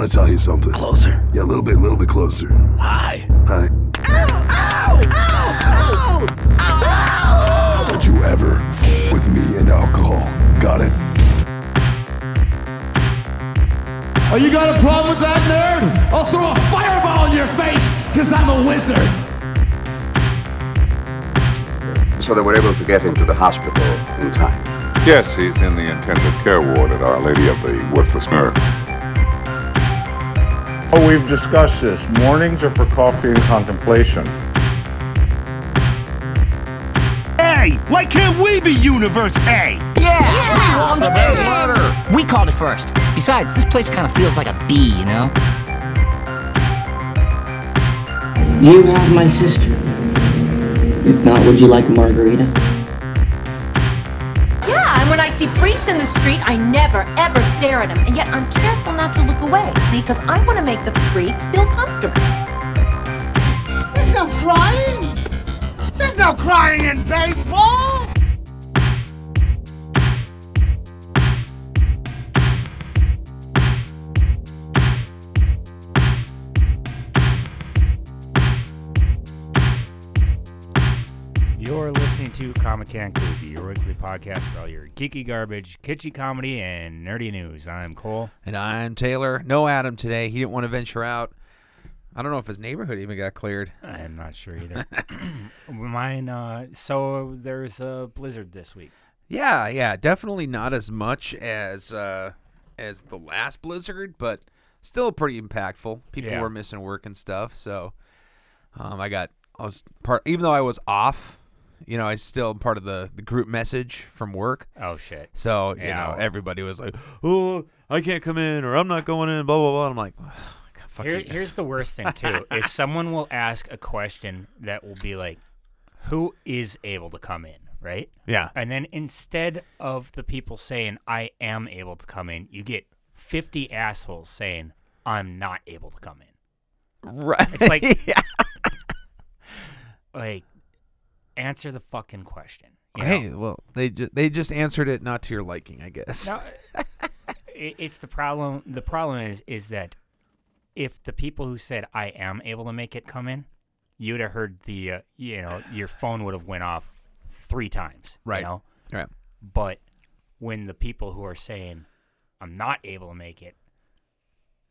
want to tell you something. Closer. Yeah, a little bit, a little bit closer. Hi. Hi. Don't you ever f- with me and alcohol. Got it? Oh, you got a problem with that, nerd? I'll throw a fireball in your face, cause I'm a wizard. so they were able to get him to the hospital in time. Yes, he's in the intensive care ward at Our Lady of the Worthless Nerve. Oh, we've discussed this. Mornings are for coffee and contemplation. Hey, why can't we be Universe A? Yeah! We won the best letter! We called it first. Besides, this place kind of feels like a bee, you know? You have my sister. If not, would you like a margarita? Yeah, and when I see freaks in the street, I never, ever stare at them. And yet I'm careful not to look away, see, because I want to make the freaks feel comfortable. There's no crying! There's no crying in baseball! You're listening to Comic Can Koozie, your weekly podcast for all your geeky garbage, kitschy comedy, and nerdy news. I'm Cole. And I'm Taylor. No Adam today. He didn't want to venture out. I don't know if his neighborhood even got cleared. I'm not sure either. Mine, uh, so there's a blizzard this week. yeah, yeah, definitely not as much as uh, as the last blizzard, but still pretty impactful. People Yeah. were missing work and stuff, so um, I got I was part even though I was off, you know, I still am part of the the group message from work. Oh shit. So, you Yeah. know, everybody was like, "Oh, I can't come in or I'm not going in," blah blah blah. I'm like, God, fuck Here, you guys." here's the worst thing too: is someone will ask a question that will be like, "Who is able to come in?" Right? Yeah. And then instead of the people saying, "I am able to come in," you get fifty assholes saying, "I'm not able to come in." Right. It's like, like, answer the fucking question. you know? Hey, well, they ju- they just answered it not to your liking, I guess. No, it, it's the problem. The problem is is that if the people who said I am able to make it come in, you'd have heard the uh, you know your phone would have went off three times. Right. You know? Right. But when the people who are saying I'm not able to make it,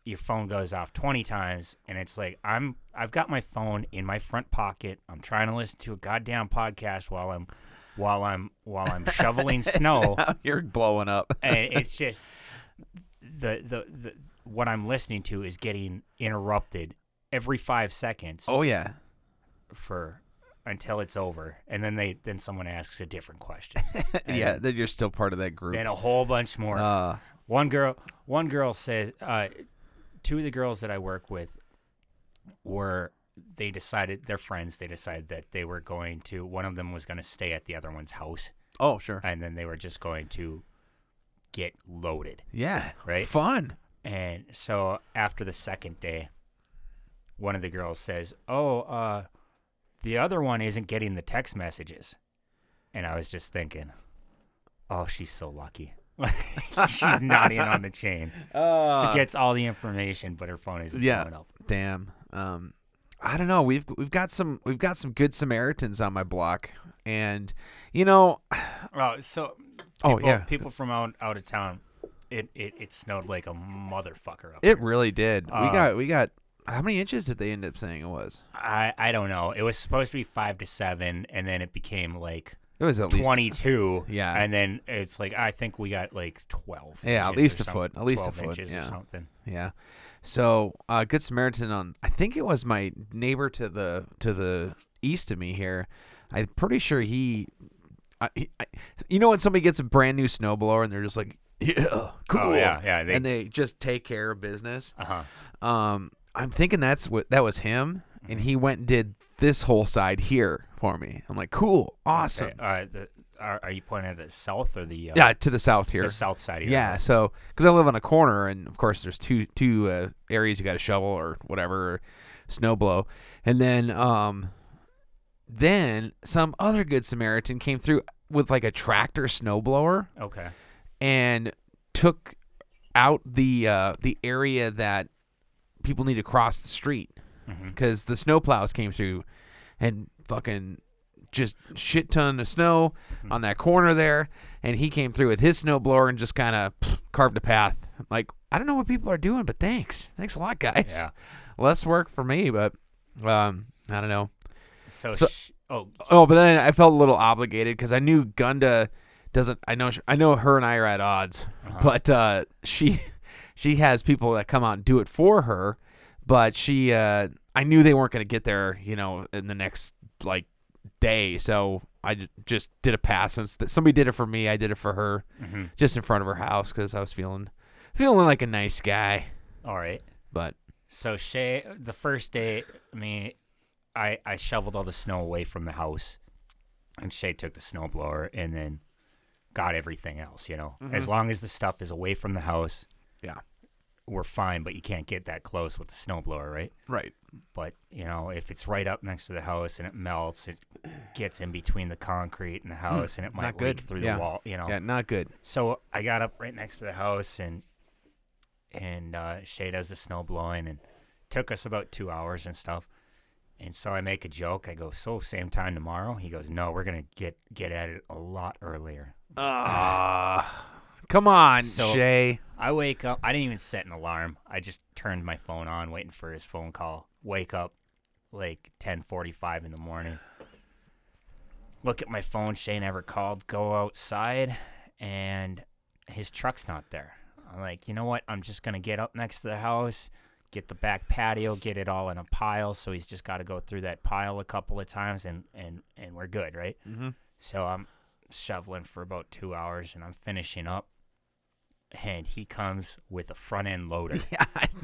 your phone goes off twenty times, and it's like I'm I've got my phone in my front pocket. I'm trying to listen to a goddamn podcast while I'm while I'm while I'm shoveling snow You're blowing up. and it's just the, the the what I'm listening to is getting interrupted every five seconds oh yeah. for until it's over, and then they then someone asks a different question. And yeah, then you're still part of that group. Then a whole bunch more. Uh, one girl, one girl says, uh, two of the girls that I work with were they decided they're friends. They decided that they were going to one of them was going to stay at the other one's house, oh sure. and then they were just going to get loaded. yeah. Right? Fun. And so after the second day, one of the girls says, "Oh, uh, the other one isn't getting the text messages." And I was just thinking, "Oh, she's so lucky. she's not in on the chain. she gets all the information, but her phone isn't Ah. Yeah. blowing up." Damn. Um, I don't know. We've we've got some we've got some good Samaritans on my block, and you know, Oh, so Oh, people- yeah. people from out out of town. It, it, it snowed like a motherfucker up it really did. we Uh, got we got how many inches did they end up saying it was? I, I don't know. It was supposed to be five to seven, and then it became like It was at least 22. Yeah. And then it's like, I think we got like 12. Yeah, at inches least or a some- foot, at least a 12 foot, inches yeah. or something. Yeah. So uh, Good Samaritan on I think it was my neighbor to the to the east of me here. I'm pretty sure he, I, he I, you know when somebody gets a brand new snowblower and they're just like yeah cool Oh, yeah, yeah, they- and they just take care of business. Uh huh. Um, I'm thinking that's what that was him and Mm-hmm. he went and did this whole side here for me. I'm like cool awesome uh, the, are, are you pointing at the south or the, uh, yeah to the south here the south side here? Yeah, so because I live on a corner, and of course there's two two uh, areas you got to shovel or whatever, or snow blow, and then um, then some other good Samaritan came through with like a tractor snow blower Okay. and took out the uh, the area that people need to cross the street because the snowplows came through and fucking just shit ton of snow on that corner there, and he came through with his snowblower and just kind of carved a path. Like I don't know what people are doing, but thanks, thanks a lot, guys. Yeah. Less work for me, but um, I don't know. So sh- oh. oh, but then I felt a little obligated because I knew Gunda doesn't. I know, she, I know her and I are at odds, but uh, she, she has people that come out and do it for her. But she, uh, I knew they weren't going to get there, you know, in the next like day. So I ju- just did a pass. Since that somebody did it for me, I did it for her, Mhm. just in front of her house because I was feeling, feeling like a nice guy. All right. But So Shay, the first day, I mean, I I shoveled all the snow away from the house, and Shay took the snowblower and then got everything else. You know, as Mhm. long as the stuff is away from the house, Yeah. we're fine. But you can't get that close with the snowblower, right? Right. But you know, if it's right up next to the house and it melts, it gets in between the concrete and the house, and it might Hmm, not good. leak through Yeah. the wall. You know, Yeah, not good. So I got up right next to the house and and uh, Shay does the snow blowing and took us about two hours and stuff. And so I make a joke. I go, "So same time tomorrow?" He goes, "No, we're gonna get get at it a lot earlier." Ah, come on, Shay. I wake up. I didn't even set an alarm. I just turned my phone on, waiting for his phone call. Wake up, like ten forty-five in the morning. Look at my phone. Shay never called. Go outside, and his truck's not there. I'm like, you know what? I'm just gonna get up next to the house, get the back patio, get it all in a pile. So he's just got to go through that pile a couple of times, and and and we're good, right? Mhm. So I'm shoveling for about two hours, and I'm finishing up and he comes with a front end loader.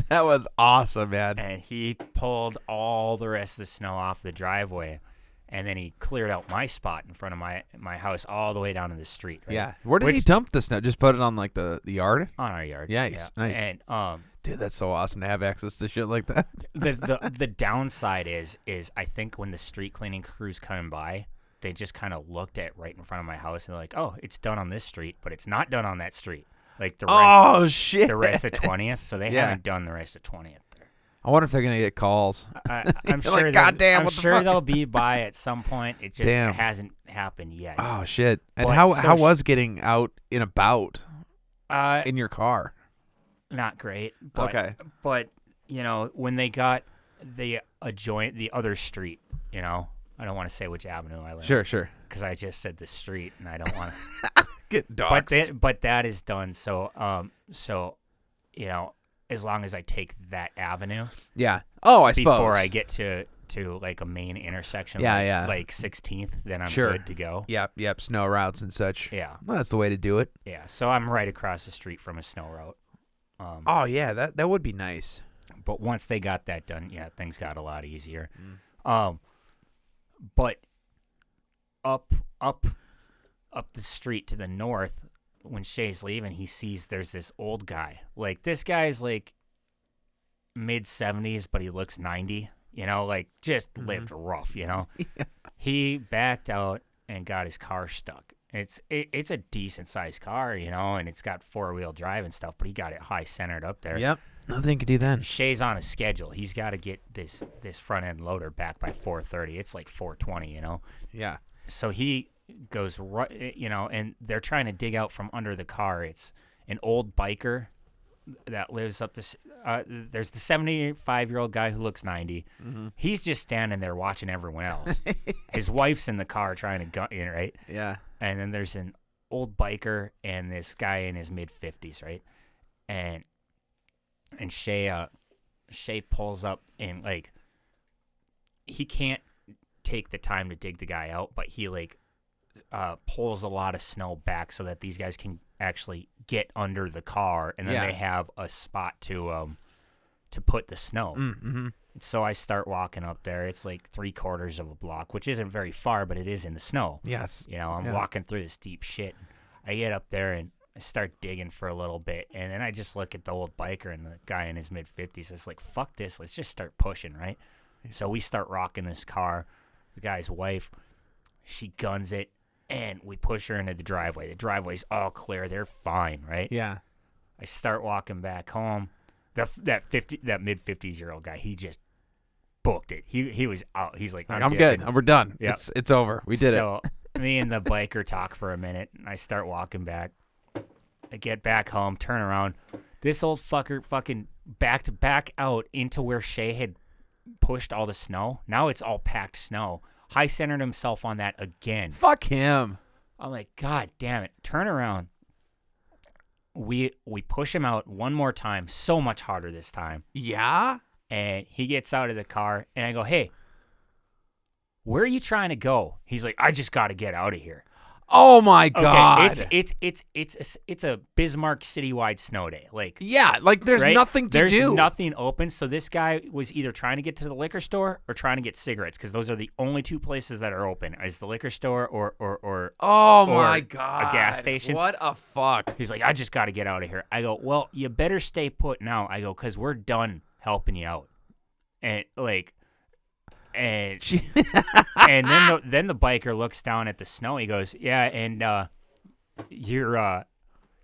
that was awesome, man. And he pulled all the rest of the snow off the driveway, and then he cleared out my spot in front of my my house all the way down to the street. right? Yeah. Where does he Which- dump the snow? Just put it on like the, the yard? On our yard. Yeah, nice. And um, Dude, that's so awesome to have access to shit like that. the, the the downside is is I think when the street cleaning crews come by, they just kind of looked at right in front of my house and they're like, "Oh, it's done on this street, but it's not done on that street." Like the rest, Oh, shit. the rest of twentieth. So they Yeah. haven't done the rest of twentieth. I wonder if they're gonna get calls. I, I'm You're sure. like, they'll- "Goddamn, I'm what the sure fuck?" they'll be by at some point. It just Damn. hasn't happened yet. Oh shit! And But how so how sh- was getting out and about Uh, in your car? not great. But, Okay. But you know when they got the adjoint the other street, you know I don't want to say which avenue I live. Sure, sure. Because I just said the street, and I don't want to Get But doxxed. that, but that is done. So um so you know as long as I take that avenue. Yeah. Oh, I before suppose. I get to to like a main intersection. Yeah, like, yeah. Like 16th, then I'm sure. good to go. Yep, yep. Snow routes and such. Yeah. well, that's the way to do it. Yeah, so I'm right across the street from a snow route. Um, Oh yeah, that that would be nice. But once they got that done, yeah, things got a lot easier. Um, but up, up, up the street to the north, when Shay's leaving, he sees there's this old guy. Like this guy's like mid 70s, but he looks 90. You know, like just lived rough. You know, he backed out and got his car stuck. It's it, it's a decent sized car, you know, and it's got four wheel drive and stuff, but he got it high centered up there. Yep. Nothing could do then. Shay's on a schedule. He's got to get this this front end loader back by 4:30. It's like 4:20, you know. Yeah. So he goes right, you know, and they're trying to dig out from under the car. It's an old biker that lives up this. Uh, there's the 75 year old guy who looks 90. Mhm. He's just standing there watching everyone else. His wife's in the car trying to gun, you know, right? Yeah. And then there's an old biker and this guy in his mid 50s, right? And and Shay uh, Shay pulls up and like he can't take the time to dig the guy out, but he like uh, pulls a lot of snow back so that these guys can actually get under the car, and then Yeah. they have a spot to um to put the snow. Mm, mhm. So I start walking up there. It's like three quarters of a block, which isn't very far, but it is in the snow. Yes. You know, I'm Yeah. walking through this deep shit. I get up there and I start digging for a little bit, and then I just look at the old biker and the guy in his mid fifties. It's like, fuck this, let's just start pushing, right? So we start rocking this car. The guy's wife, she guns it, and we push her into the driveway. The driveway's all clear. They're fine, right? Yeah. I start walking back home. The, f- that fifty that mid fifties year old guy, he just booked it. He he was out. He's like, Like, I'm, I'm dipping." good. We're done. Yep. It's- it's over. We did it. so, So me and the biker talk for a minute, and I start walking back. I get back home, turn around. This old fucker fucking backed back out into where Shea had pushed all the snow. Now it's all packed snow. High centered himself on that again. Fuck him. I'm like, God damn it. Turn around. We we push him out one more time, so much harder this time. Yeah? And he gets out of the car and I go, Hey, where are you trying to go? He's like, I just gotta get out of here. Oh my Okay, god. it's it's it's it's a, s- it's a Bismarck citywide snow day. Like Yeah, like, there's right? nothing to There's do. nothing open. So this guy was either trying to get to the liquor store or trying to get cigarettes because those are the only two places that are open: is the liquor store or or or Oh or my a gas God. station. What a fuck! He's like, I just got to get out of here. I go, well, you better stay put now. I go because we're done helping you out, and like. And and then the, then the biker looks down at the snow. He goes, "Yeah, and uh, you're uh,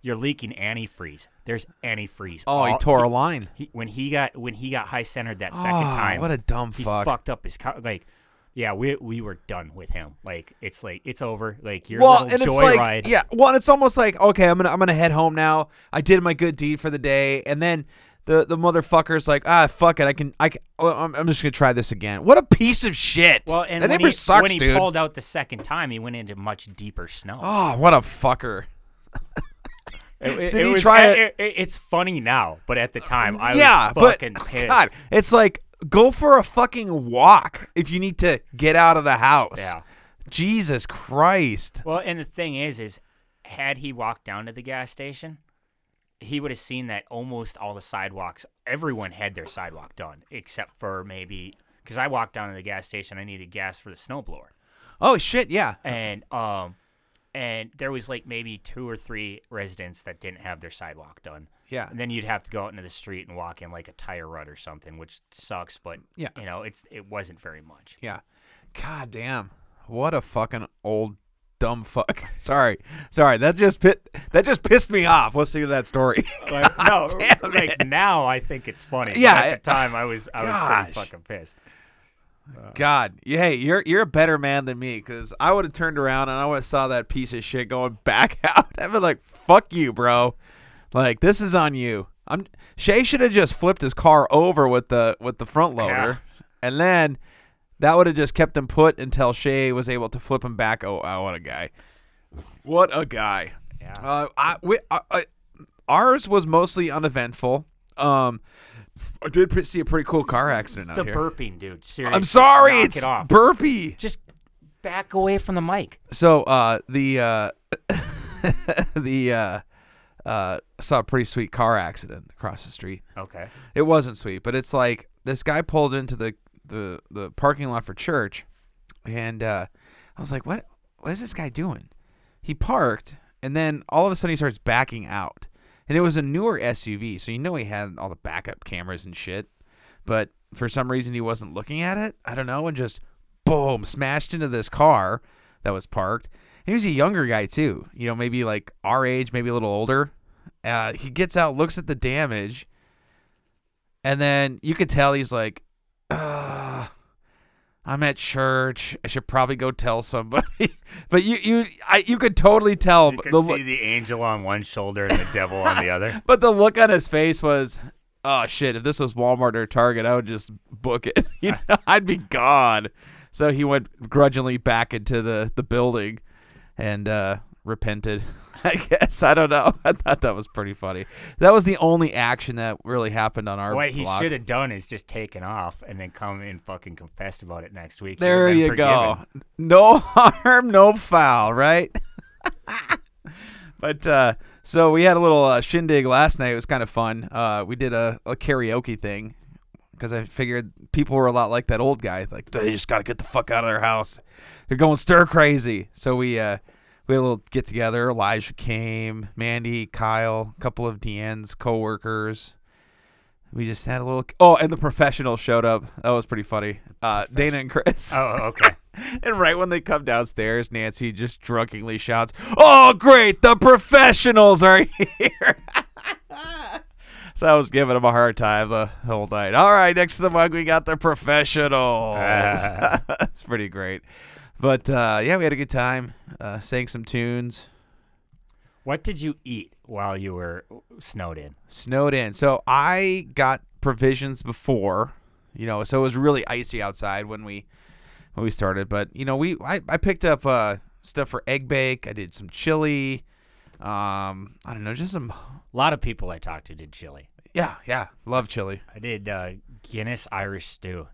you're leaking antifreeze. There's antifreeze." Oh, he all- tore a line. he- when he got when he got high centered that second Ah, time. what a dumb he fuck. fucked up his car. Like, yeah, we we were done with him. Like, it's like it's over. Like your well, little and it's joyride. like, yeah. Well, and it's almost like, okay, I'm gonna, I'm gonna head home now. I did my good deed for the day, and then the, the motherfucker's like, ah, fuck it, I can, I can, well, I'm, I'm just gonna try this again. What a piece of shit. Well, and that when neighbor he, sucks, when he dude. pulled out the second time, he went into much deeper snow. oh, what a fucker. It- it- did it he was- try it- it- it- It's funny now, but at the time, I yeah, was but fucking pissed. God, it's like go for a fucking walk if you need to get out of the house. Yeah. Jesus Christ. Well, and the thing is, is had he walked down to the gas station, he would have seen that almost all the sidewalks, everyone had their sidewalk done, except for maybe because I walked down to the gas station, I needed gas for the snowblower, Oh shit, yeah. and um, and there was like maybe two or three residents that didn't have their sidewalk done. Yeah. and then you'd have to go out into the street and walk in like a tire rut or something, which sucks. But Yeah. you know, it's it wasn't very much. Yeah. God damn. What a fucking old dumb fuck. Sorry. Sorry. That just pit that just pissed me off listening to that story. Like, no, damn like now I think it's funny. but Yeah, at it- the time I was I was pretty Gosh. fucking pissed. God. Yeah, Hey, you're you're a better man than me cuz I would have turned around and I would have saw that piece of shit going back out. I'd been like, "Fuck you, bro." Like, this is on you. I'm Shay should have just flipped his car over with the with the front loader. And then that would have just kept him put until Shay was able to flip him back. Oh, oh what a guy. What a guy. Yeah. Uh, I, we, I, I, ours was mostly uneventful. Um, I did pre- see a pretty cool car accident out The here. burping, dude. Seriously, I'm sorry, knock it's it off. burpee. Just back away from the mic. So uh, the uh, the uh, uh, saw a pretty sweet car accident across the street. Okay. It wasn't sweet, but it's like this guy pulled into the the, the parking lot for church, and uh, I was like, "What? What is this guy doing?" He parked, and then all of a sudden he starts backing out, and it was a newer SUV, so you know he had all the backup cameras and shit, but for some reason he wasn't looking at it. I don't know, and just boom, smashed into this car that was parked. And he was a younger guy too, you know, maybe like our age, maybe a little older. Uh, he gets out, looks at the damage, and then you could tell he's like, Ugh, I'm at church. I should probably go tell somebody. but you, you, I, you could totally tell. Oh, You but could the see look- the angel on one shoulder and the devil on the other. but the look on his face was, oh shit, if this was Walmart or Target, I would just book it. You know, I'd be gone. So he went grudgingly back into the, the building and uh, repented. I guess I don't know. I thought that was pretty funny. That was the only action that really happened on our. What he block. should have done is just taken off and then come and fucking confessed about it next week. He There would've been you go. forgiven. No harm, no foul, right? but uh, so we had a little uh, shindig last night. It was kind of fun. Uh, we did a, a karaoke thing because I figured people were a lot like that old guy. Like they just got to get the fuck out of their house. They're going stir crazy. So we uh, we had a little get together. Elijah came, Mandy, Kyle, a couple of DN's coworkers. We just had a little. Oh, and the professionals showed up. That was pretty funny. Uh, Dana and Chris. Oh, okay. and right when they come downstairs, Nancy just drunkenly shouts, "Oh, great! The professionals are here!" so I was giving him a hard time the whole night. All right, next to the mug, we got the professionals. it's pretty great. But uh, yeah, we had a good time. Uh, sang some tunes. What did you eat while you were snowed in? Snowed in. So I got provisions before, you know, so it was really icy outside when we when we started. But, you know, we I, I picked up uh, stuff for egg bake. I did some chili. Um, I don't know, just some A lot of people I talked to did chili. Yeah, yeah. Love chili. I did uh, Guinness Irish stew.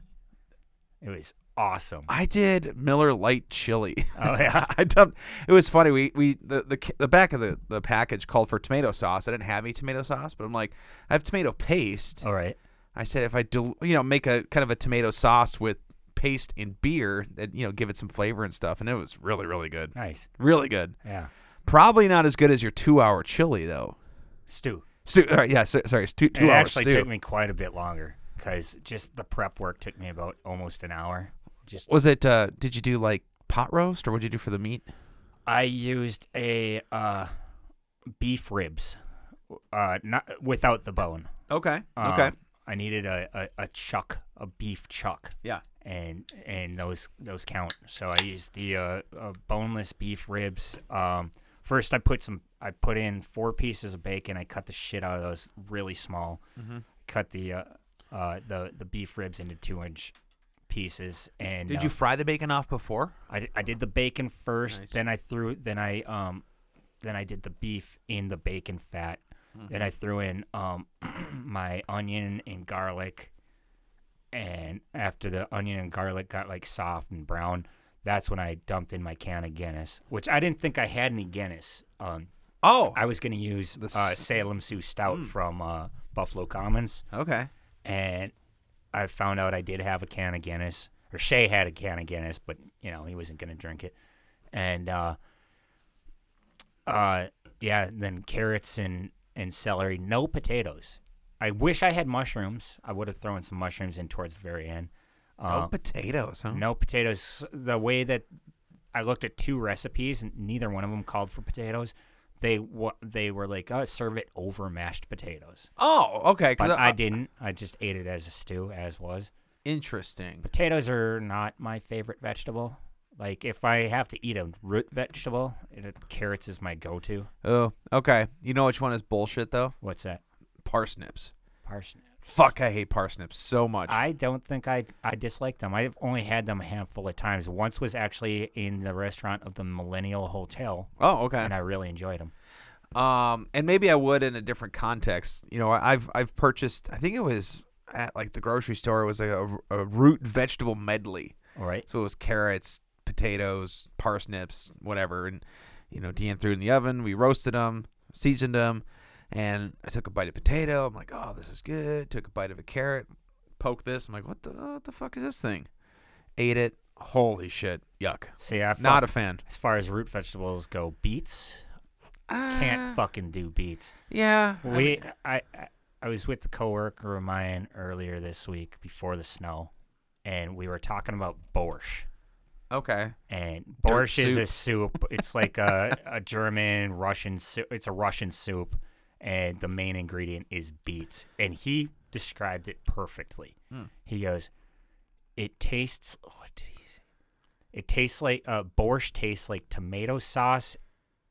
It was awesome. I did Miller Light chili. Oh, yeah. I dumped. It was funny. We we the the, ca- the back of the, the package called for tomato sauce. I didn't have any tomato sauce, but I'm like, I have tomato paste. All right. I said if I do, you know, make a kind of a tomato sauce with paste and beer, that you know, give it some flavor and stuff, and it was really really good. Nice. Really good. Yeah. Probably not as good as your two hour chili though. Stew. Stew. All right. Yeah. So, sorry. It's two two it hours. actually took me quite a bit longer because just the prep work took me about almost an hour. Just Was it? uh Did you do like pot roast or what did you do for the meat? I used a uh, beef ribs, uh, not without the bone. Um, Okay, Uh, okay. I needed a, a, a chuck, a beef chuck. Yeah. And and those those count. So I used the uh, uh, boneless beef ribs. Um, first I put some. I put in four pieces of bacon. I cut the shit out of those really small. Mhm. Cut the uh, uh, the the beef ribs into two inch pieces. And Did uh, you fry the bacon off before? I, d- I did the bacon first, then I threw then I um then I did the beef in the bacon fat. Then I threw in um my onion and garlic and after the onion and garlic got like soft and brown, that's when I dumped in my can of Guinness, which I didn't think I had any Guinness. Um Oh. I was going to use uh, Salem Sioux Stout from uh, Buffalo Commons. Okay. And I found out I did have a can of Guinness, or Shay had a can of Guinness, but you know he wasn't going to drink it. And uh, uh, yeah, then carrots and and celery, no potatoes. I wish I had mushrooms. I would have thrown some mushrooms in towards the very end. Uh, Oh, potatoes, huh? No potatoes. The way that I looked at two recipes, and neither one of them called for potatoes. They wa- they were like, oh, serve it over mashed potatoes. Oh, okay. 'cause But I didn't. I just ate it as a stew, as was. Interesting. Potatoes are not my favorite vegetable. Like if I have to eat a root vegetable, it, carrots is my go-to. Oh, okay. You know which one is bullshit though? What's that? Parsnips. Parsnips. Fuck, I hate parsnips so much. I don't think I I dislike them. I've only had them a handful of times. Once was actually in the restaurant of the Millennial Hotel. Oh, okay. And I really enjoyed them. Um, and maybe I would in a different context. You know, I- I've I've purchased. I think it was at like the grocery store. It was like a, a root vegetable medley. All right. So it was carrots, potatoes, parsnips, whatever, and you know, Deanne threw it in the oven. We roasted them, seasoned them, and I took a bite of potato. I'm like, oh, this is good. Took a bite of a carrot, poked this. I'm like, what the what the fuck is this thing? Ate it. Holy shit, yuck. See, I not fuck- a fan. As far as root vegetables go, beets Ah. can't fucking do beets. yeah, I we. I, mean- I I was with a coworker of mine earlier this week before the snow, and we were talking about borscht. Okay. And Dirt borscht is a soup. It's like a, a German Russian soup. It's a Russian soup, and the main ingredient is beets. And he described it perfectly. Hmm. He goes, "It tastes. What did he say? It tastes like uh, borscht tastes like tomato sauce."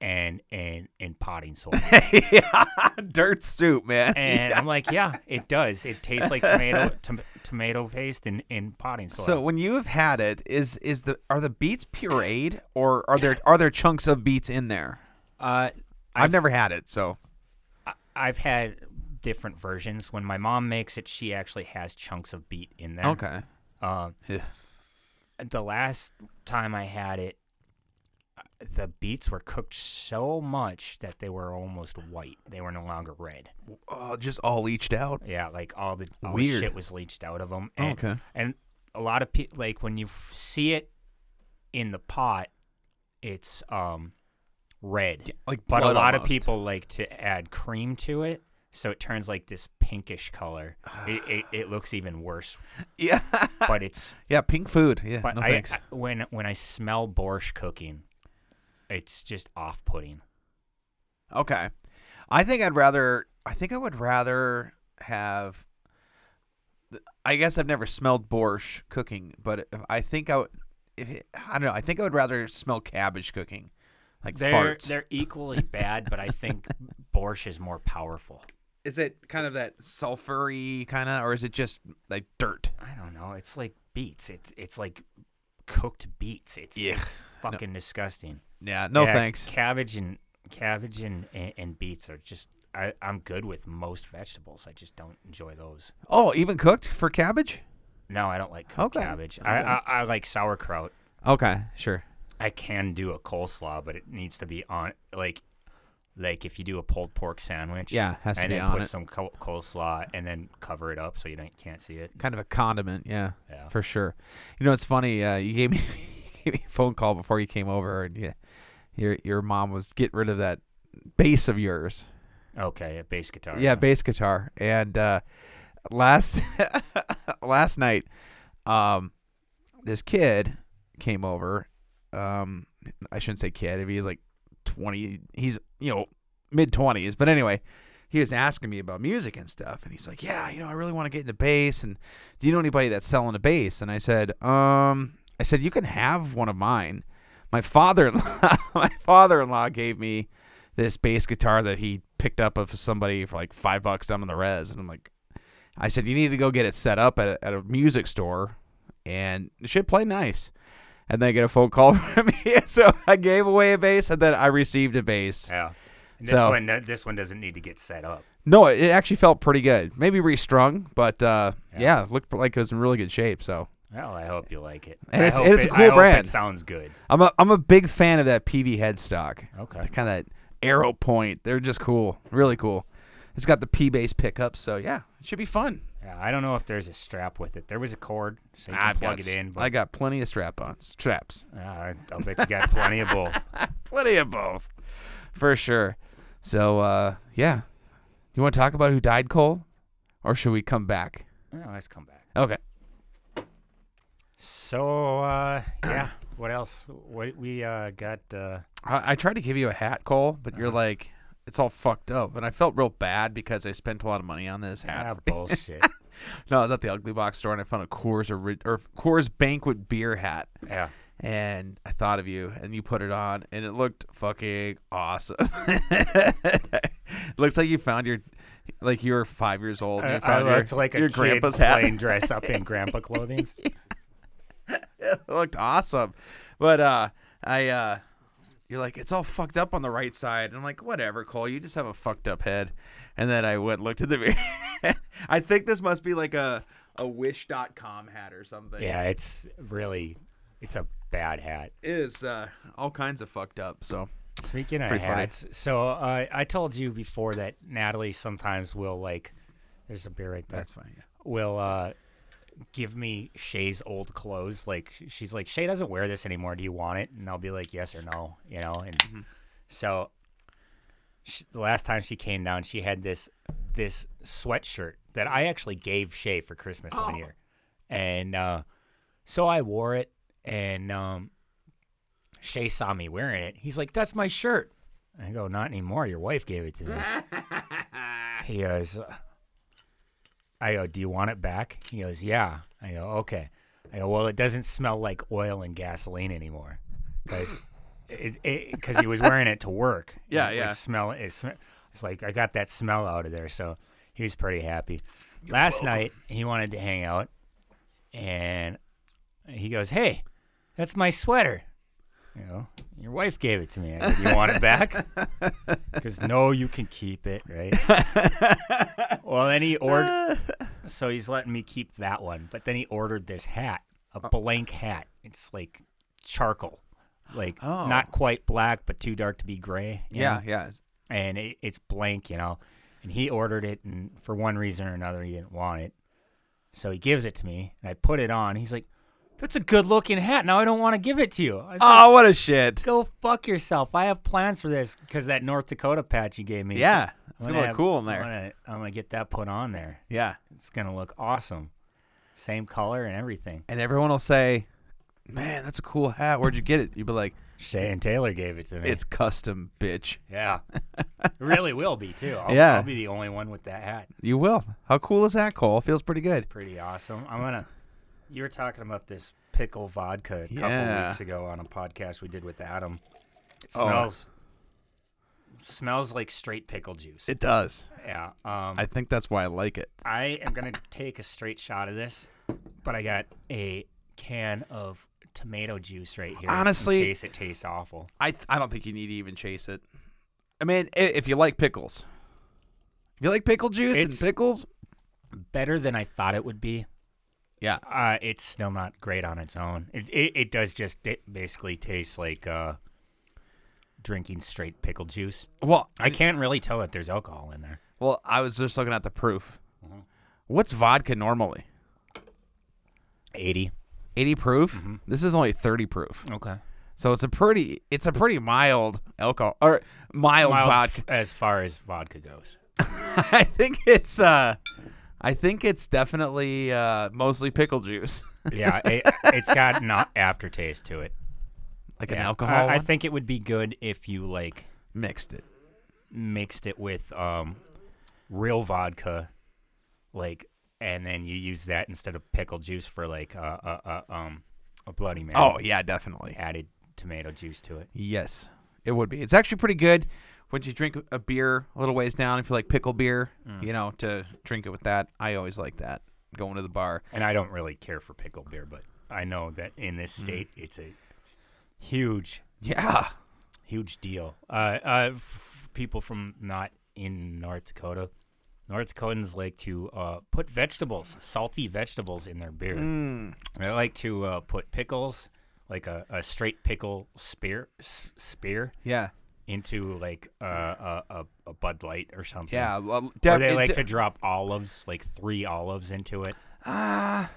And, and and potting soil. yeah, dirt soup, man. And Yeah. I'm like, yeah, it does. It tastes like tomato tom- tomato paste and, and potting soil. So uh, when you have had it, is is the are the beets pureed or are there are there chunks of beets in there? Uh, I've, never had it, so I've had different versions. When my mom makes it, she actually has chunks of beet in there. Okay. Um, Yeah. the last time I had it, uh, the beets were cooked so much that they were almost white. They were no longer red. oh, just all leached out. Yeah, like all the all the Weird. shit was leached out of them. Oh, And, okay. And a lot of people like when you f- see it in the pot, it's um red. like but a blood lot of almost. people like to add cream to it, so it turns like this pinkish color. it, it it looks even worse. Yeah. But it's Yeah, pink food. Yeah, but no I, thanks. I- when when I smell borscht cooking, it's just off putting. Okay. I think I'd rather I think I would rather have. I guess I've never smelled borscht cooking, but if, I think I would. If it, I don't know, I think I would rather smell cabbage cooking, like they're farts. they're equally bad, but I think borscht is more powerful. Is it kind of that sulfury kind of, or is it just like dirt? I don't know. It's like beets. It's it's like cooked beets. It's, Yeah. it's fucking disgusting. Yeah, no thanks. Cabbage and cabbage and, and, and beets are just. I, I'm good with most vegetables. I just don't enjoy those. Oh, even cooked for cabbage? No, I don't like cooked Okay. cabbage. I, Okay. I I like sauerkraut. Okay, sure. I can do a coleslaw, but it needs to be on like like if you do a pulled pork sandwich. Yeah, has to and be then on put it. some col- coleslaw and then cover it up so you don't can't see it. Kind of a condiment, yeah, Yeah. for sure. You know, it's funny. Uh, you gave me you gave me a phone call before you came over, and yeah, your your mom was getting rid of that bass of yours. Okay, a bass guitar. Yeah, bass guitar. And uh, last last night, um, this kid came over. Um, I shouldn't say kid. If he's like twenty, he's you know mid twenties. But anyway, he was asking me about music and stuff, and he's like, "Yeah, you know, I really want to get into bass. And do you know anybody that's selling a bass?" And I said, "Um, I said you can have one of mine." My father-in-law, my father-in-law gave me this bass guitar that he picked up of somebody for like five bucks down on the res, and I'm like, I said, you need to go get it set up at a, at a music store, and it should play nice. And then I get a phone call from me, so I gave away a bass, and then I received a bass. Yeah. And this so one this one doesn't need to get set up. no, it it actually felt pretty good. Maybe restrung, but uh, yeah. it looked like it was in really good shape. So. Well, I hope you like it. And I it's, hope and it's a it- I cool hope brand. It sounds good. I'm a I'm a big fan of that PB headstock. Okay. The kind of arrow point. They're just cool. Really cool. It's got the P bass pickup, so yeah, it should be fun. Yeah, I don't know if there's a strap with it. There was a cord, so you can I've plug got it s- in. But Ah, I got plenty of strap-ons, straps, Yeah, I- I'll bet you got plenty of both. plenty of both, for sure. So uh, yeah, you want to talk about who died, Cole, or should we come back? Yeah, let's come back. Okay. So uh, yeah, what else? What we uh, got? Uh, I, I tried to give you a hat, Cole, but Uh-huh. you're like, it's all fucked up. And I felt real bad because I spent a lot of money on this hat. Ah, bullshit. no, I was at the Ugly Box store and I found a Coors or, or Coors Banquet beer hat. Yeah. And I thought of you, and you put it on, and it looked fucking awesome. looks like you found your, like you were five years old. And Uh, I, you I found your- looked like a your kid grandpa's hat. playing dress up in grandpa clothing. it looked awesome. But uh I uh you're like, it's all fucked up on the right side. And I'm like, whatever, Cole, you just have a fucked up head. And then I went and looked at the mirror. I think this must be like a a wish.com hat or something. Yeah, it's really, it's a bad hat. It is uh all kinds of fucked up. So Speaking of Pretty funny. hats, so uh, I told you before that Natalie sometimes will like. There's a beer right there. That's fine, yeah. Will uh, give me Shay's old clothes. Like she's like Shay doesn't wear this anymore. Do you want it? And I'll be like yes or no. You know. And so sh the last time she came down, she had this this sweatshirt that I actually gave Shay for Christmas one year, and uh, so I wore it, and um, Shay saw me wearing it. He's like, "That's my shirt." I go, "Not anymore. Your wife gave it to me." he goes, "I go, do you want it back?" He goes, "Yeah." I go, "Okay." I go, "Well, it doesn't smell like oil and gasoline anymore, because because he was wearing it to work. Yeah, It was yeah. Smell it. Sm- it's like I got that smell out of there, so he was pretty happy. Last night he wanted to hang out, and he goes, "Hey, that's my sweater." You know, your wife gave it to me. I go, you want it back? Because no, you can keep it, right? well, then he ordered. so he's letting me keep that one, but then he ordered this hat, Oh. a blank hat. It's like charcoal, like Oh. not quite black, but too dark to be gray. you Yeah, know? yeah. And it, it's blank, you know. And he ordered it, and for one reason or another, he didn't want it. So he gives it to me, and I put it on. He's like, "That's a good looking hat. Now I don't want to give it to you." I was like, Oh, what a shit. Go fuck yourself. I have plans for this because that North Dakota patch you gave me. Yeah, I'm it's gonna look have- cool in there. I'm gonna, I'm gonna get that put on there. Yeah. It's gonna look awesome. Same color and everything. And everyone will say, Man, that's a cool hat. Where'd you get it? You'd be like, Shay and Taylor gave it to me. It's custom, bitch. yeah. It really will be too. I'll, Yeah. I'll be the only one with that hat. You will. How cool is that, Cole? Feels pretty good. Pretty awesome. I'm gonna. You were talking about this pickle vodka a couple Yeah. weeks ago on a podcast we did with Adam. It Oh. smells. Smells like straight pickle juice. It does. Yeah. Um, I think that's why I like it. I am gonna take a straight shot of this, but I got a can of tomato juice right here. Honestly- in case it tastes awful. I th- I don't think you need to even chase it. I mean, i- if you like pickles, if you like pickle juice It's- and pickles, better than I thought it would be. Yeah. Uh, it's still not great on its own. It it, it does just it basically taste like uh, drinking straight pickle juice. Well, I can't really tell that there's alcohol in there. Well, I was just looking at the proof. Mm-hmm. What's vodka normally? 80. 80 proof? Mm-hmm. This is only 30 proof. Okay. So it's a pretty it's a pretty mild alcohol or mild, Mild vodka. f- as far as vodka goes. I think it's uh I think it's definitely uh mostly pickle juice. Yeah, it, it's got an aftertaste to it. like an Yeah. alcohol. I, I one? think it would be good if you like mixed it, mixed it with um, real vodka, like, and then you use that instead of pickle juice for like uh, uh, uh, um, a bloody mary. Oh, yeah, definitely. Added tomato juice to it. Yes, it would be. It's actually pretty good once you drink a beer a little ways down. If you like pickle beer, Mm. you know, to drink it with that. I always like that going to the bar. And I don't really care for pickle beer, but I know that in this Mm. state it's a huge, Yeah. huge deal. Uh, uh, f- people from not in North Dakota. North Dakotans like to uh, put vegetables, salty vegetables, in their beer. Mm. I like to uh, put pickles, like a, a straight pickle spear, s- spear. Yeah. Into like uh, a, a a Bud Light or something. Yeah, well, or def- they it like de- to drop olives, like three olives into it. Ah.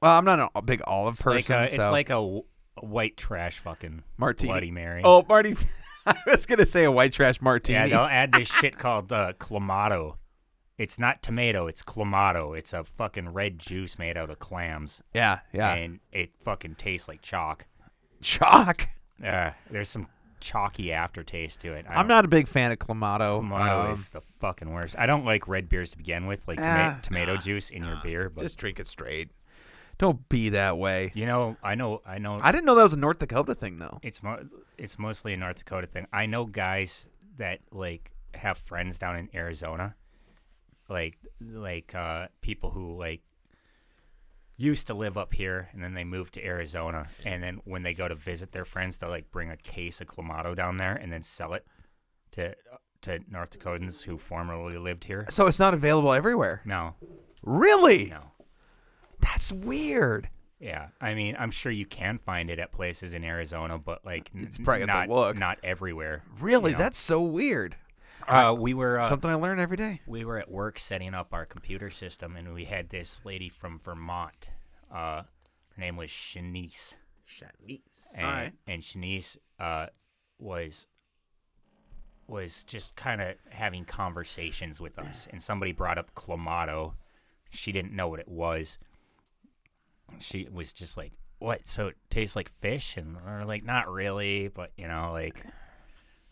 well, I'm not a big olive person. Like a, It's so- like a, w- a white trash fucking martini. Bloody Mary. Oh, Marty. I was gonna say a white trash yeah. martini. They'll add this shit called uh, clamato. It's not tomato. It's clamato. It's a fucking red juice made out of clams. Yeah, yeah. And it fucking tastes like chalk. Chalk. Uh, there's some chalky aftertaste to it. I I'm don't- not a big fan of clamato. Clamato Um, is the fucking worst. I don't like red beers to begin with, like toma- Ah, tomato juice in your beer. But just drink it straight. Don't be that way. You know, I know, I know. I didn't know that was a North Dakota thing though. It's mo- it's mostly a North Dakota thing. I know guys that like have friends down in Arizona, like like uh, people who like used to live up here and then they moved to Arizona and then when they go to visit their friends they'll like bring a case of clamato down there and then sell it to to North Dakotans who formerly lived here. So it's not available everywhere. No. Really? No. That's weird. Yeah, I mean, I'm sure you can find it at places in Arizona, but like n- It's probably got not the look. not everywhere. you Really? know? That's so weird. Uh, we were uh, Something I learn every day. We were at work setting up our computer system, and we had this lady from Vermont. Uh, her name was Shanice. Shanice. And, Alright. and Shanice uh, was was just kind of having conversations with us, and somebody brought up clamato. She didn't know what it was. She was just like, "What? So it tastes like fish?" And we're like, "Not really, but you know, like."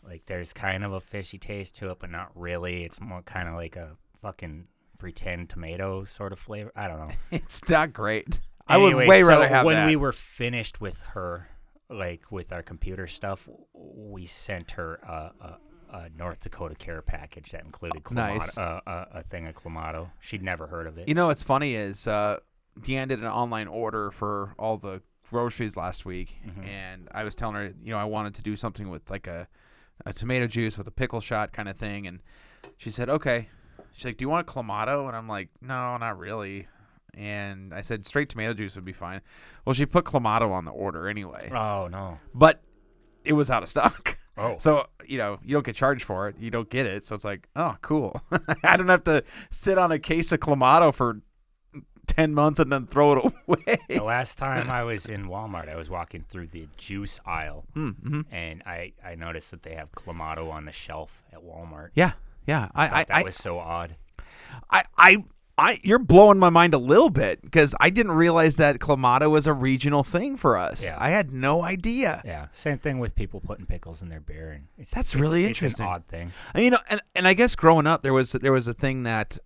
Like there's kind of a fishy taste to it, but not really. It's more kind of like a fucking pretend tomato sort of flavor. I don't know. It's not great. I would Anyway, way so rather have when that. we were finished with her, like with our computer stuff, we sent her a, a, a North Dakota care package that included clamato, Nice. uh, uh, a thing of clamato. She'd never heard of it. You know what's funny is uh, Deanne did an online order for all the groceries last week, and I was telling her, you know, I wanted to do something with like a, a tomato juice with a pickle shot kind of thing, and she said, okay. She's like, do you want clamato? And I'm like, no, not really. And I said, straight tomato juice would be fine. Well, she put clamato on the order anyway, oh no. but it was out of stock. Oh. So, you know, you don't get charged for it. You don't get it. So it's like, oh, cool. I don't have to sit on a case of Clamato for 10 months and then throw it away. the last time I was in Walmart, I was walking through the juice aisle, Hmm, mm-hmm. and I, I noticed that they have clamato on the shelf at Walmart. Yeah. Yeah. I, I, That I, was so odd. I, I, I you're blowing my mind a little bit because I didn't realize that clamato was a regional thing for us. Yeah. I had no idea. Yeah, same thing with people putting pickles in their beer, and it's, That's it's- really it's an interesting. odd thing. I mean, you know, and and I guess growing up there was there was a thing that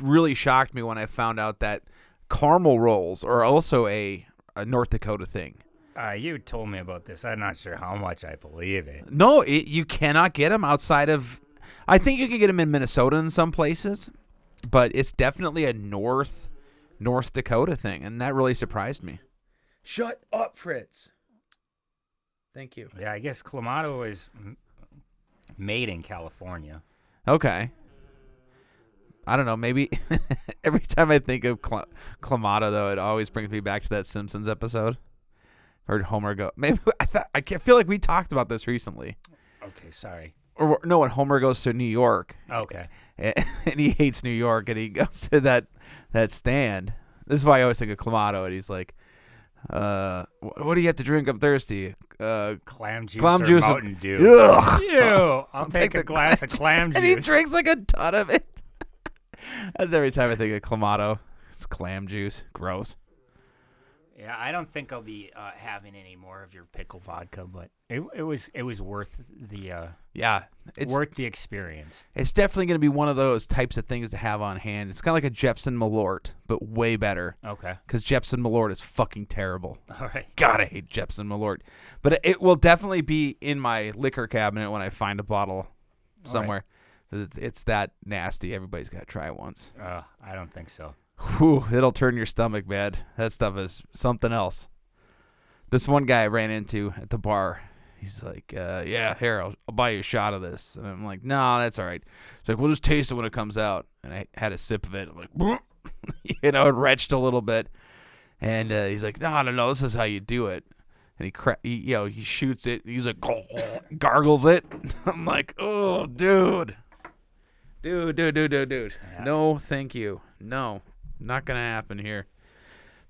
really shocked me when I found out that caramel rolls are also a, a North Dakota thing. Uh, you told me about this. I'm not sure how much I believe it. No, it, you cannot get them outside of. I think you can get them in Minnesota in some places, but it's definitely a North North Dakota thing, and that really surprised me. Shut up, Fritz. Thank you. Yeah, I guess clamato is m- made in California. Okay. I don't know. Maybe every time I think of Cl- Clamato, though, it always brings me back to that Simpsons episode. Heard Homer go. Maybe I thought I ca- feel like we talked about this recently. Okay, sorry. Or no, when Homer goes to New York. Okay. and and he hates New York, and he goes to that that stand. This is why I always think of Clamato, and he's like, uh, "Wh- "What do you have to drink? I'm thirsty." Uh, Clam juice clam or juice and- Mountain Dew. Ugh. Ew, I'll take a the glass of clam And he juice. drinks like a ton of it. That's every time I think of Clamato. It's clam juice. Gross. Yeah, I don't think I'll be uh, having any more of your pickle vodka, but it, it was it was worth the uh, Yeah, it's worth the experience. it's definitely going to be one of those types of things to have on hand. It's kind of like a Jepson Malort, but way better. Okay. Because Jepson Malort is fucking terrible. All right. God, I hate Jepson Malort. But it- it will definitely be in my liquor cabinet when I find a bottle right. somewhere. It's, it's that nasty. Everybody's got to try it once. Uh, I don't think so. Whew, it'll turn your stomach bad. That stuff is something else. This one guy I ran into at the bar. He's like, uh, "Yeah, here, I'll, I'll buy you a shot of this." And I'm like, "No, that's all right." He's like, "We'll just taste it when it comes out." And I had a sip of it. I'm like, "Bruh." you know, it retched a little bit. And uh, he's like, "No, no, no, this is how you do it." And he, cra- he you know, he shoots it. He's like, gargles it. I'm like, "Oh, dude." dude, dude, dude, dude, dude. No, thank you. No, not gonna happen here.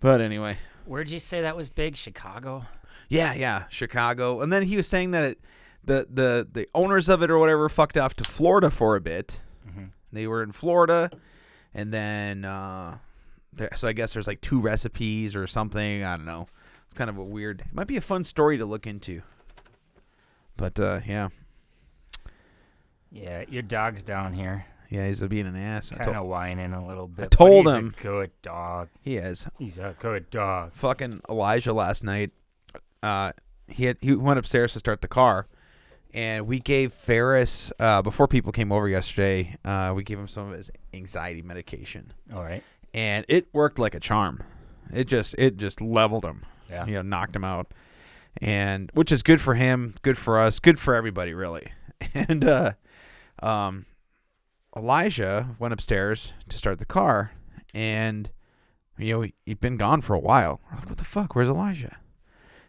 But anyway, Where'd you say that was big? Chicago. yeah, yeah, Chicago, and then he was saying that it, the the the owners of it or whatever fucked off to Florida for a bit. They were in Florida, and then uh, there, so I guess there's like two recipes or something. I don't know. It's kind of a weird. It might be a fun story to look into. But uh, yeah, Yeah, your dog's down here, yeah, he's being an ass. I kind of whining a little bit. but told he's him. a good dog. He is. He's a good dog. fucking Elijah last night. Uh, he had he went upstairs to start the car, and we gave Ferris uh, before people came over yesterday. Uh, we gave him some of his anxiety medication, All right. and it worked like a charm. It just it just leveled him. Yeah. you know, knocked him out, and which is good for him, good for us, good for everybody, really. And uh, um, Elijah went upstairs to start the car, and you know he, he'd been gone for a while. We're like, what the fuck? Where's Elijah?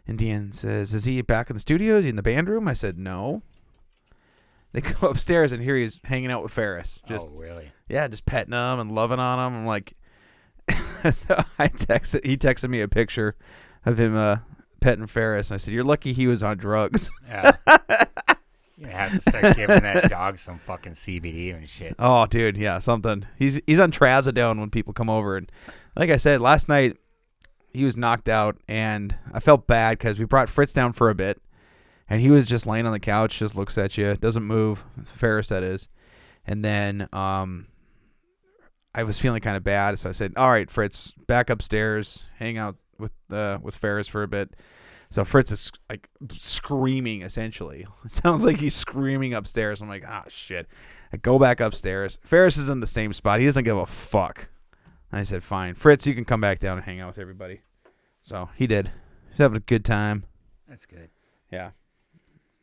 And Dean says, "Is he back in the studio? Is he in the band room?" I said, "No." They go upstairs, and here he is hanging out with Ferris, just oh, really? yeah, just petting him and loving on him. I'm like, so I texted. He texted me a picture of him uh, petting Ferris, and I said, "You're lucky he was on drugs." Yeah. you have to start giving that dog some fucking CBD and shit. oh, dude, yeah, something. He's he's on trazodone when people come over, and like I said last night, he was knocked out, and I felt bad because we brought Fritz down for a bit, and he was just laying on the couch, just looks at you, doesn't move. Ferris, that is, and then um, I was feeling kind of bad, so I said, "All right, Fritz, back upstairs, hang out with uh, with Ferris for a bit." So Fritz is like screaming, essentially. It sounds like he's screaming upstairs. I'm like, "Ah, shit!" I go back upstairs. Ferris is in the same spot. He doesn't give a fuck. I said, "Fine, Fritz, you can come back down and hang out with everybody." So he did. He's having a good time. That's good. Yeah.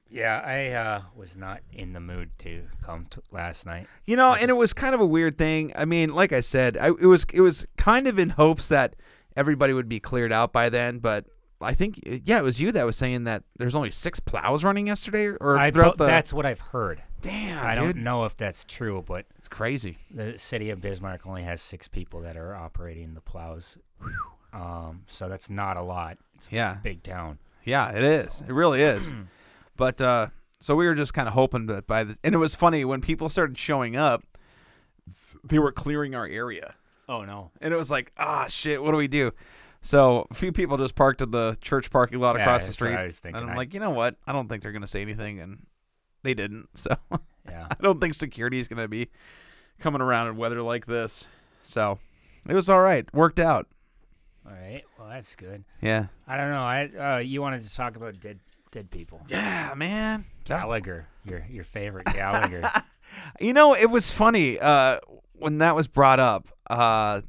Yeah, I uh, was not in the mood to come t- last night. You know, I and it just- was kind of a weird thing. I mean, like I said, I, it was it was kind of in hopes that everybody would be cleared out by then, but I think yeah, it was you that was saying that there's only six plows running yesterday or- or I throughout bu- the that's what I've heard. Damn, I dude. don't know if that's true, but it's crazy. the city of Bismarck only has six people that are operating the plows. Um, so that's not a lot. It's Yeah. a big town. Yeah, it is. It really is. but uh so we were just kind of hoping that by the and it was funny when people started showing up, they were clearing our area. Oh no. And it was like, ah, shit, what do we do? So a few people just parked at the church parking lot Yeah, across the that's what street. I was thinking. And I'm I- like, you know what? I don't think they're gonna say anything, and they didn't. So Yeah. I don't think security is gonna be coming around in weather like this. So it was all right. Worked out. All right. Well, that's good. Yeah. I don't know. I uh, you wanted to talk about dead dead people. Yeah, man. Gallagher, your your favorite Gallagher. You know, it was funny uh, when that was brought up. Uh,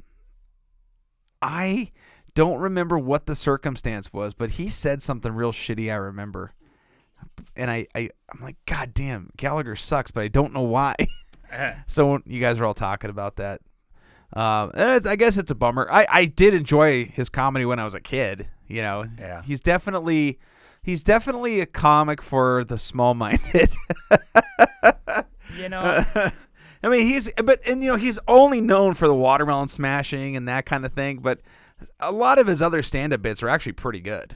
I don't remember what the circumstance was, but he said something real shitty. I remember, and I, I I'm like, God damn, Gallagher sucks, but I don't know why. so you guys are all talking about that. Um, and it's, I guess it's a bummer. I, I did enjoy his comedy when I was a kid. You know, Yeah. he's definitely he's definitely a comic for the small minded. You Uh, know. I mean, he's but and you know he's only known for the watermelon smashing and that kind of thing, but a lot of his other stand-up bits are actually pretty good.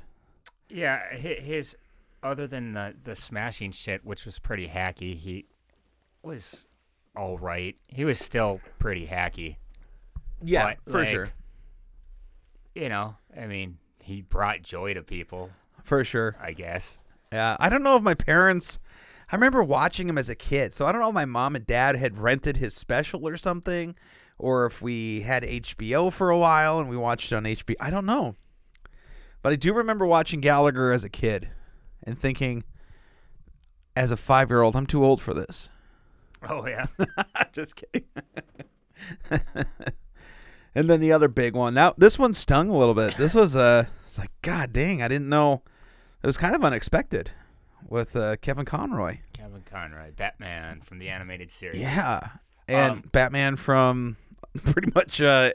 Yeah, hi- his other than the the smashing shit, which was pretty hacky, he was all right. He was still pretty hacky. Yeah, But, for like, sure. You know, I mean, he brought joy to people, For sure. I guess. Yeah, I don't know if my parents I remember watching him as a kid, so I don't know if my mom and dad had rented his special or something or if we had HBO for a while and we watched it on HBO. I don't know. But I do remember watching Gallagher as a kid and thinking as a 5-year-old, I'm too old for this. Oh yeah. Just kidding. And then the other big one. Now this one stung a little bit. This was uh, it's like God dang, I didn't know. It was kind of unexpected with uh, Kevin Conroy. Kevin Conroy, Batman from the animated series. Yeah, Um, and Batman from pretty much uh,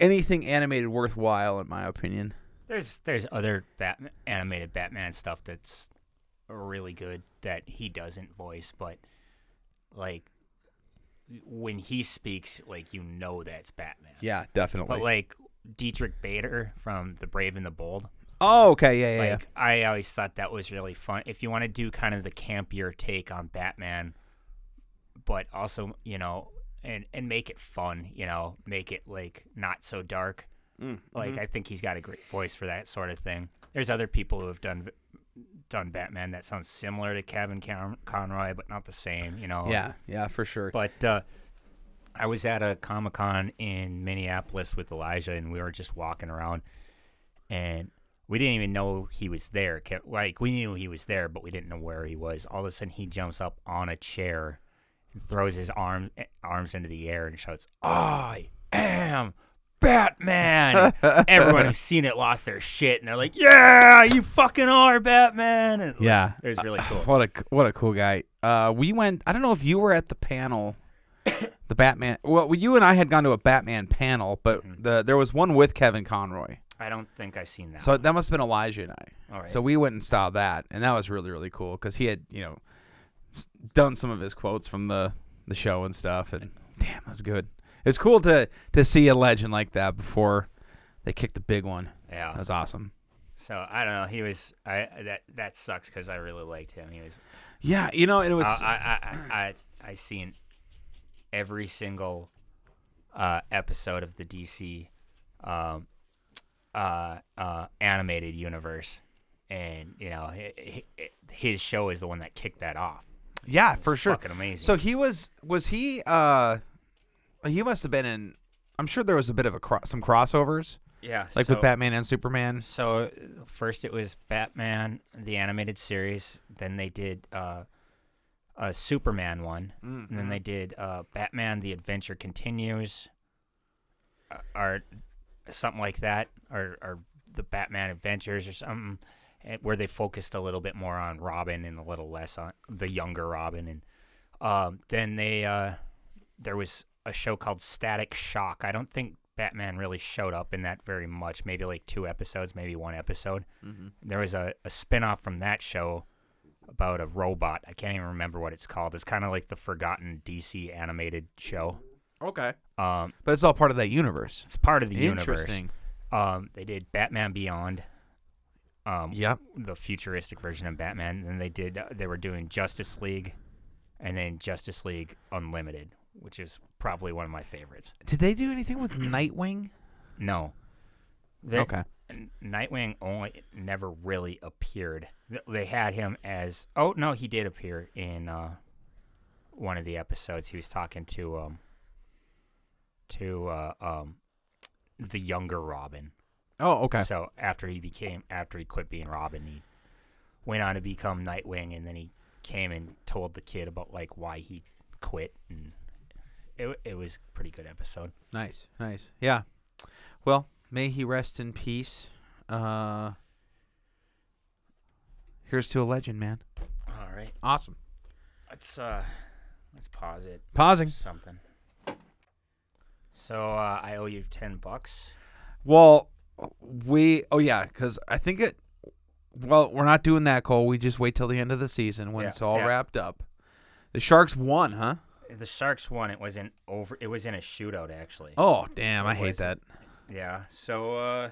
anything animated worthwhile, in my opinion. There's there's other Batman, animated Batman stuff that's really good that he doesn't voice, but like when he speaks, like you know that's Batman. Yeah, definitely. But like Dietrich Bader from The Brave and the Bold, oh, okay, yeah, yeah, like I always thought that was really fun. If you want to do kind of the campier take on Batman, but also you know, and and make it fun, you know, make it like not so dark. Mm, Like mhm. I think he's got a great voice for that sort of thing. There's other people who have done done Batman that sounds similar to Kevin Con- Conroy, but not the same. You know. yeah, yeah, yeah, for sure. oh. But uh, I was at a Comic Con in Minneapolis with Elijah, and we were just walking around, and we didn't even know he was there. Ke- Like we knew he was there, but we didn't know where he was. All of a sudden, he jumps up on a chair, and throws his arm eh, arms into the air, and shouts, "I am." Batman! Everyone who's seen it lost their shit, and they're like, "Yeah, you fucking are Batman!" And, like, Yeah. Uh, it was really cool. What a what a cool guy. Uh, we went. I don't know if you were at the panel, the Batman. Well, you and I had gone to a Batman panel, but Mm-hmm. the there was one with Kevin Conroy. I don't think I've seen that. So that must have been Elijah and I. All Ah. right. So we went and saw that, and that was really really cool because he had you know s- done some of his quotes from the the show and stuff, and damn, that was good. It's cool to to see a legend like that before they kicked the big one. Yeah. that was awesome. So I don't know. He was I that that sucks because I really liked him. He was Yeah, you know, it was. I I I I, I seen every single uh, episode of the DC um, uh, uh, animated universe, and you know hi- hi- hi- his show is the one that kicked that off. Yeah, It's for sure. fucking amazing. So he was was he uh he must have been in I'm sure there was a bit of a cro- some crossovers. Yeah, Like so- with Batman and Superman. So uh, first it was Batman the animated series, then they did uh, a Superman one, and then Mhm. they did uh, Batman the Adventure Continues, uh, or something like that, or, or the Batman Adventures or something, eh, where they focused a little bit more on Robin and a little less on the younger Robin, and um, then they uh, there was a show called Static Shock. I don't think Batman really showed up in that very much. Maybe like two episodes, maybe one episode. Mhm. There was a, a spin off from that show about a robot. I can't even remember what it's called. It's kind of like the forgotten DC animated show. Okay. Um, But it's all part of that universe. It's part of the Interesting. universe. Um, they did Batman Beyond. Um, Yep. The futuristic version of uh, Batman. And they did. They were doing Justice League, and then Justice League Unlimited, which is probably one of my favorites. Did they do anything with Nightwing? No. They- Okay. N- Nightwing only never really appeared. Th- They had him as oh no, he did appear in uh, one of the episodes. He was talking to um to uh, um the younger Robin. Oh, okay. So after he became after he quit being Robin, he went on to become Nightwing, and then he came and told the kid about like why he quit, and it w- it was a pretty good episode. Nice, nice. Yeah. Well, may he rest in peace. Uh Here's to a legend, man. All right, Awesome. let's uh let's pause it. Pausing. something. So uh, I owe you ten bucks. Well, we oh yeah, cuz I think it well, we're not doing that, Cole. We just wait till the end of the season when Yeah, it's all yeah. wrapped up. The Sharks won, huh? The Sharks won. It was in over. It was in a shootout actually. Oh, damn, I It hate was- that. Yeah. So uh,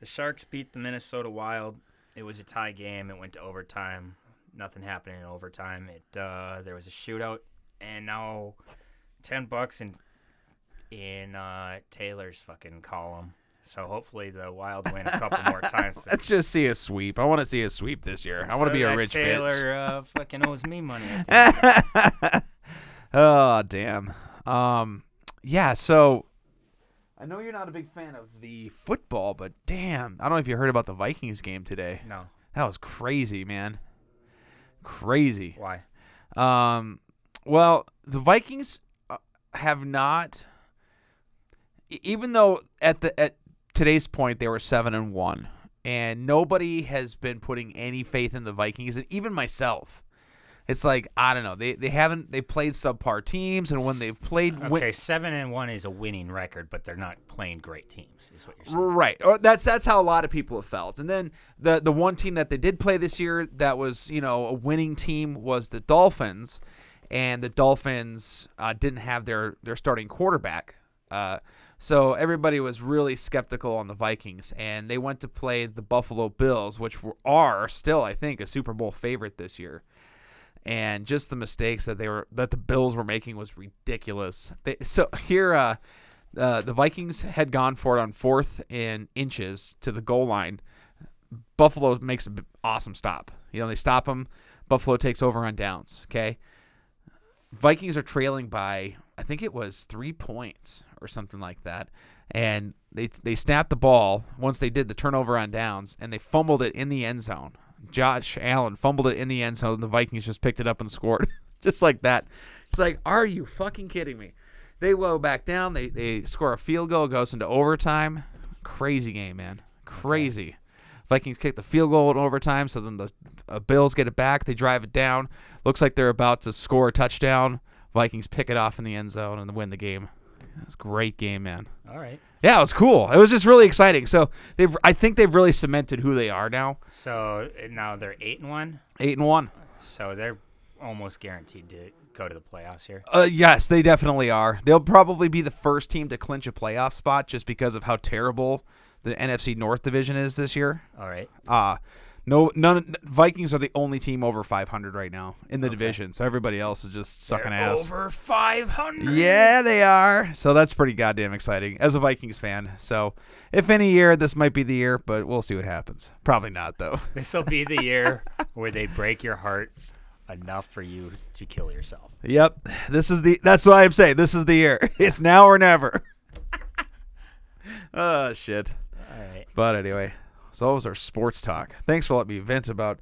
the Sharks beat the Minnesota Wild. It was a tie game. It went to overtime. Nothing happened in overtime. It uh, there was a shootout, and now ten bucks in in uh, Taylor's fucking column. So hopefully the Wild win a couple more times. Let's just see a sweep. I want to see a sweep this year. I want to So be a that rich bitch. Taylor uh, fucking owes me money. at the end. oh damn. Um, yeah. So I know you're not a big fan of the football, but damn, I don't know if you heard about the Vikings game today. No. That was crazy, man. Crazy. Why? Um, well, the Vikings uh, have not, e- even though at the at today's point they were seven and one, and nobody has been putting any faith in the Vikings, and even myself. It's like I don't know. They they haven't they played subpar teams, and when they've played, Okay, win- seven and one is a winning record, but they're not playing great teams. Is what you're saying? Right. Or that's that's how a lot of people have felt. And then the the one team that they did play this year that was, you know, a winning team was the Dolphins, and the Dolphins uh, didn't have their their starting quarterback. Uh, so everybody was really skeptical on the Vikings, and they went to play the Buffalo Bills, which were, are still, I think, a Super Bowl favorite this year and just the mistakes that they were that the Bills were making was ridiculous. They, so here, uh, uh, the Vikings had gone for it on fourth and inches to the goal line. Buffalo makes an awesome stop. You know they stop him. Buffalo takes over on downs. Okay, Vikings are trailing by I think it was three points or something like that, and they they snapped the ball once they did the turnover on downs and they fumbled it in the end zone. Josh Allen fumbled it in the end zone. and The Vikings just picked it up and scored, just like that. It's like, are you fucking kidding me? They low back down. They they score a field goal, goes into overtime. Crazy game, man. Crazy. Vikings kick the field goal in overtime, so then the uh, Bills get it back. They drive it down. Looks like they're about to score a touchdown. Vikings pick it off in the end zone and win the game. It's a great game, man. All right. Yeah, it was cool. It was just really exciting. So they've, I think they've really cemented who they are now. So uh, now they're eight and one. Eight and one. So they're almost guaranteed to go to the playoffs here. Uh, yes, they definitely are. They'll probably be the first team to clinch a playoff spot just because of how terrible the NFC North division is this year. All right. Uh no, none. Vikings are the only team over 500 right now in the division, so everybody else is just sucking ass. Over five hundred. Yeah, they are. So that's pretty goddamn exciting as a Vikings fan. So if any year, this might be the year, but we'll see what happens. Probably not though. This will be the year where they break your heart enough for you to kill yourself. Yep, this is the. That's what I'm saying. This is the year. It's now or never. oh shit. All right. But anyway, so that was our sports talk. Thanks for letting me vent about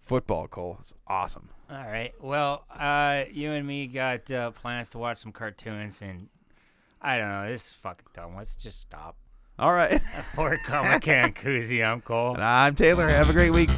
football, Cole. It's awesome. All right. Well, uh, you and me got uh, plans to watch some cartoons, and I don't know. This is fucking dumb. Let's just stop. All right. For Comic Can Koozie, I'm Cole. And I'm Taylor. Have a great week.